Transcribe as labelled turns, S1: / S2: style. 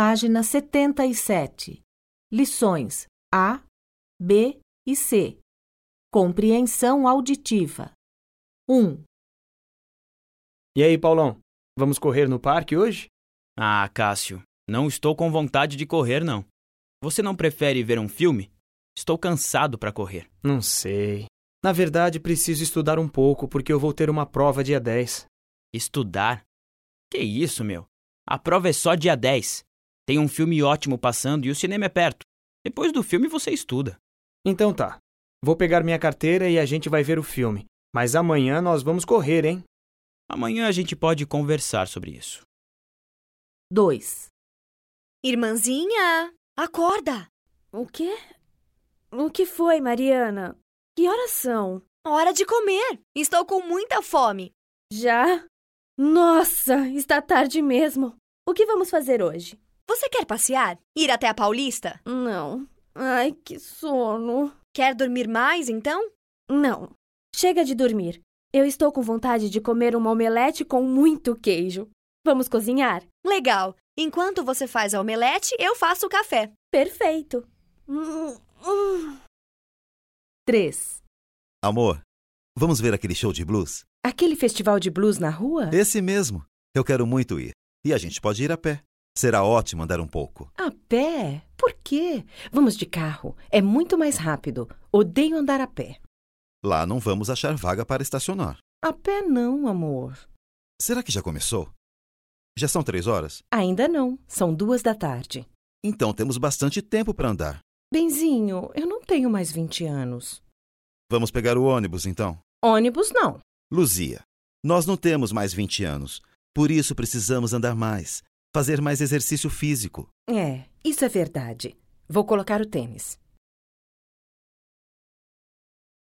S1: Página 77. Lições A, B e C. Compreensão auditiva. 1,
S2: E aí, Paulão, vamos correr no parque hoje?
S3: Ah, Cássio, não estou com vontade de correr, não. Você não prefere ver um filme? Estou cansado para correr.
S2: Não sei. Na verdade, preciso estudar um pouco porque eu vou ter uma prova dia 10.
S3: Estudar? Que isso, meu? A prova é só dia 10. Tem um filme ótimo passando e o cinema é perto. Depois do filme você estuda.
S2: Então tá. Vou pegar minha carteira e a gente vai ver o filme. Mas amanhã nós vamos correr, hein?
S3: Amanhã a gente pode conversar sobre isso.
S1: 2,
S4: Irmãzinha, acorda!
S5: O quê? O que foi, Mariana? Que horas são?
S4: Hora de comer! Estou com muita fome.
S5: Já? Nossa, está tarde mesmo. O que vamos fazer hoje?
S4: Você quer passear? Ir até a Paulista?
S5: Não. Ai, que sono.
S4: Quer dormir mais então?
S5: Não. Chega de dormir. Eu estou com vontade de comer uma omelete com muito queijo. Vamos cozinhar?
S4: Legal! Enquanto você faz a omelete, eu faço o café.
S5: Perfeito. Hum, hum.
S1: 3,
S6: Amor, vamos ver aquele show de blues?
S1: Aquele festival de blues na rua?
S7: É.
S6: Esse mesmo. Eu quero muito ir. E a gente pode ir a pé. Será ótimo andar um pouco.
S7: A pé? Por quê? Vamos de carro. É muito mais rápido. Odeio andar a pé.
S6: Lá não vamos achar vaga para estacionar.
S7: A pé não, amor.
S6: Será que já começou? Já são três horas?
S7: Ainda não. São duas da tarde.
S6: Então temos bastante tempo para andar.
S7: Benzinho, eu não tenho mais 20 anos.
S6: Vamos pegar o ônibus então.
S7: Ônibus não.
S6: Luzia, nós não temos mais 20 anos. Por isso precisamos andar mais, fazer mais exercício físico.
S7: É, isso é verdade. Vou colocar o tênis.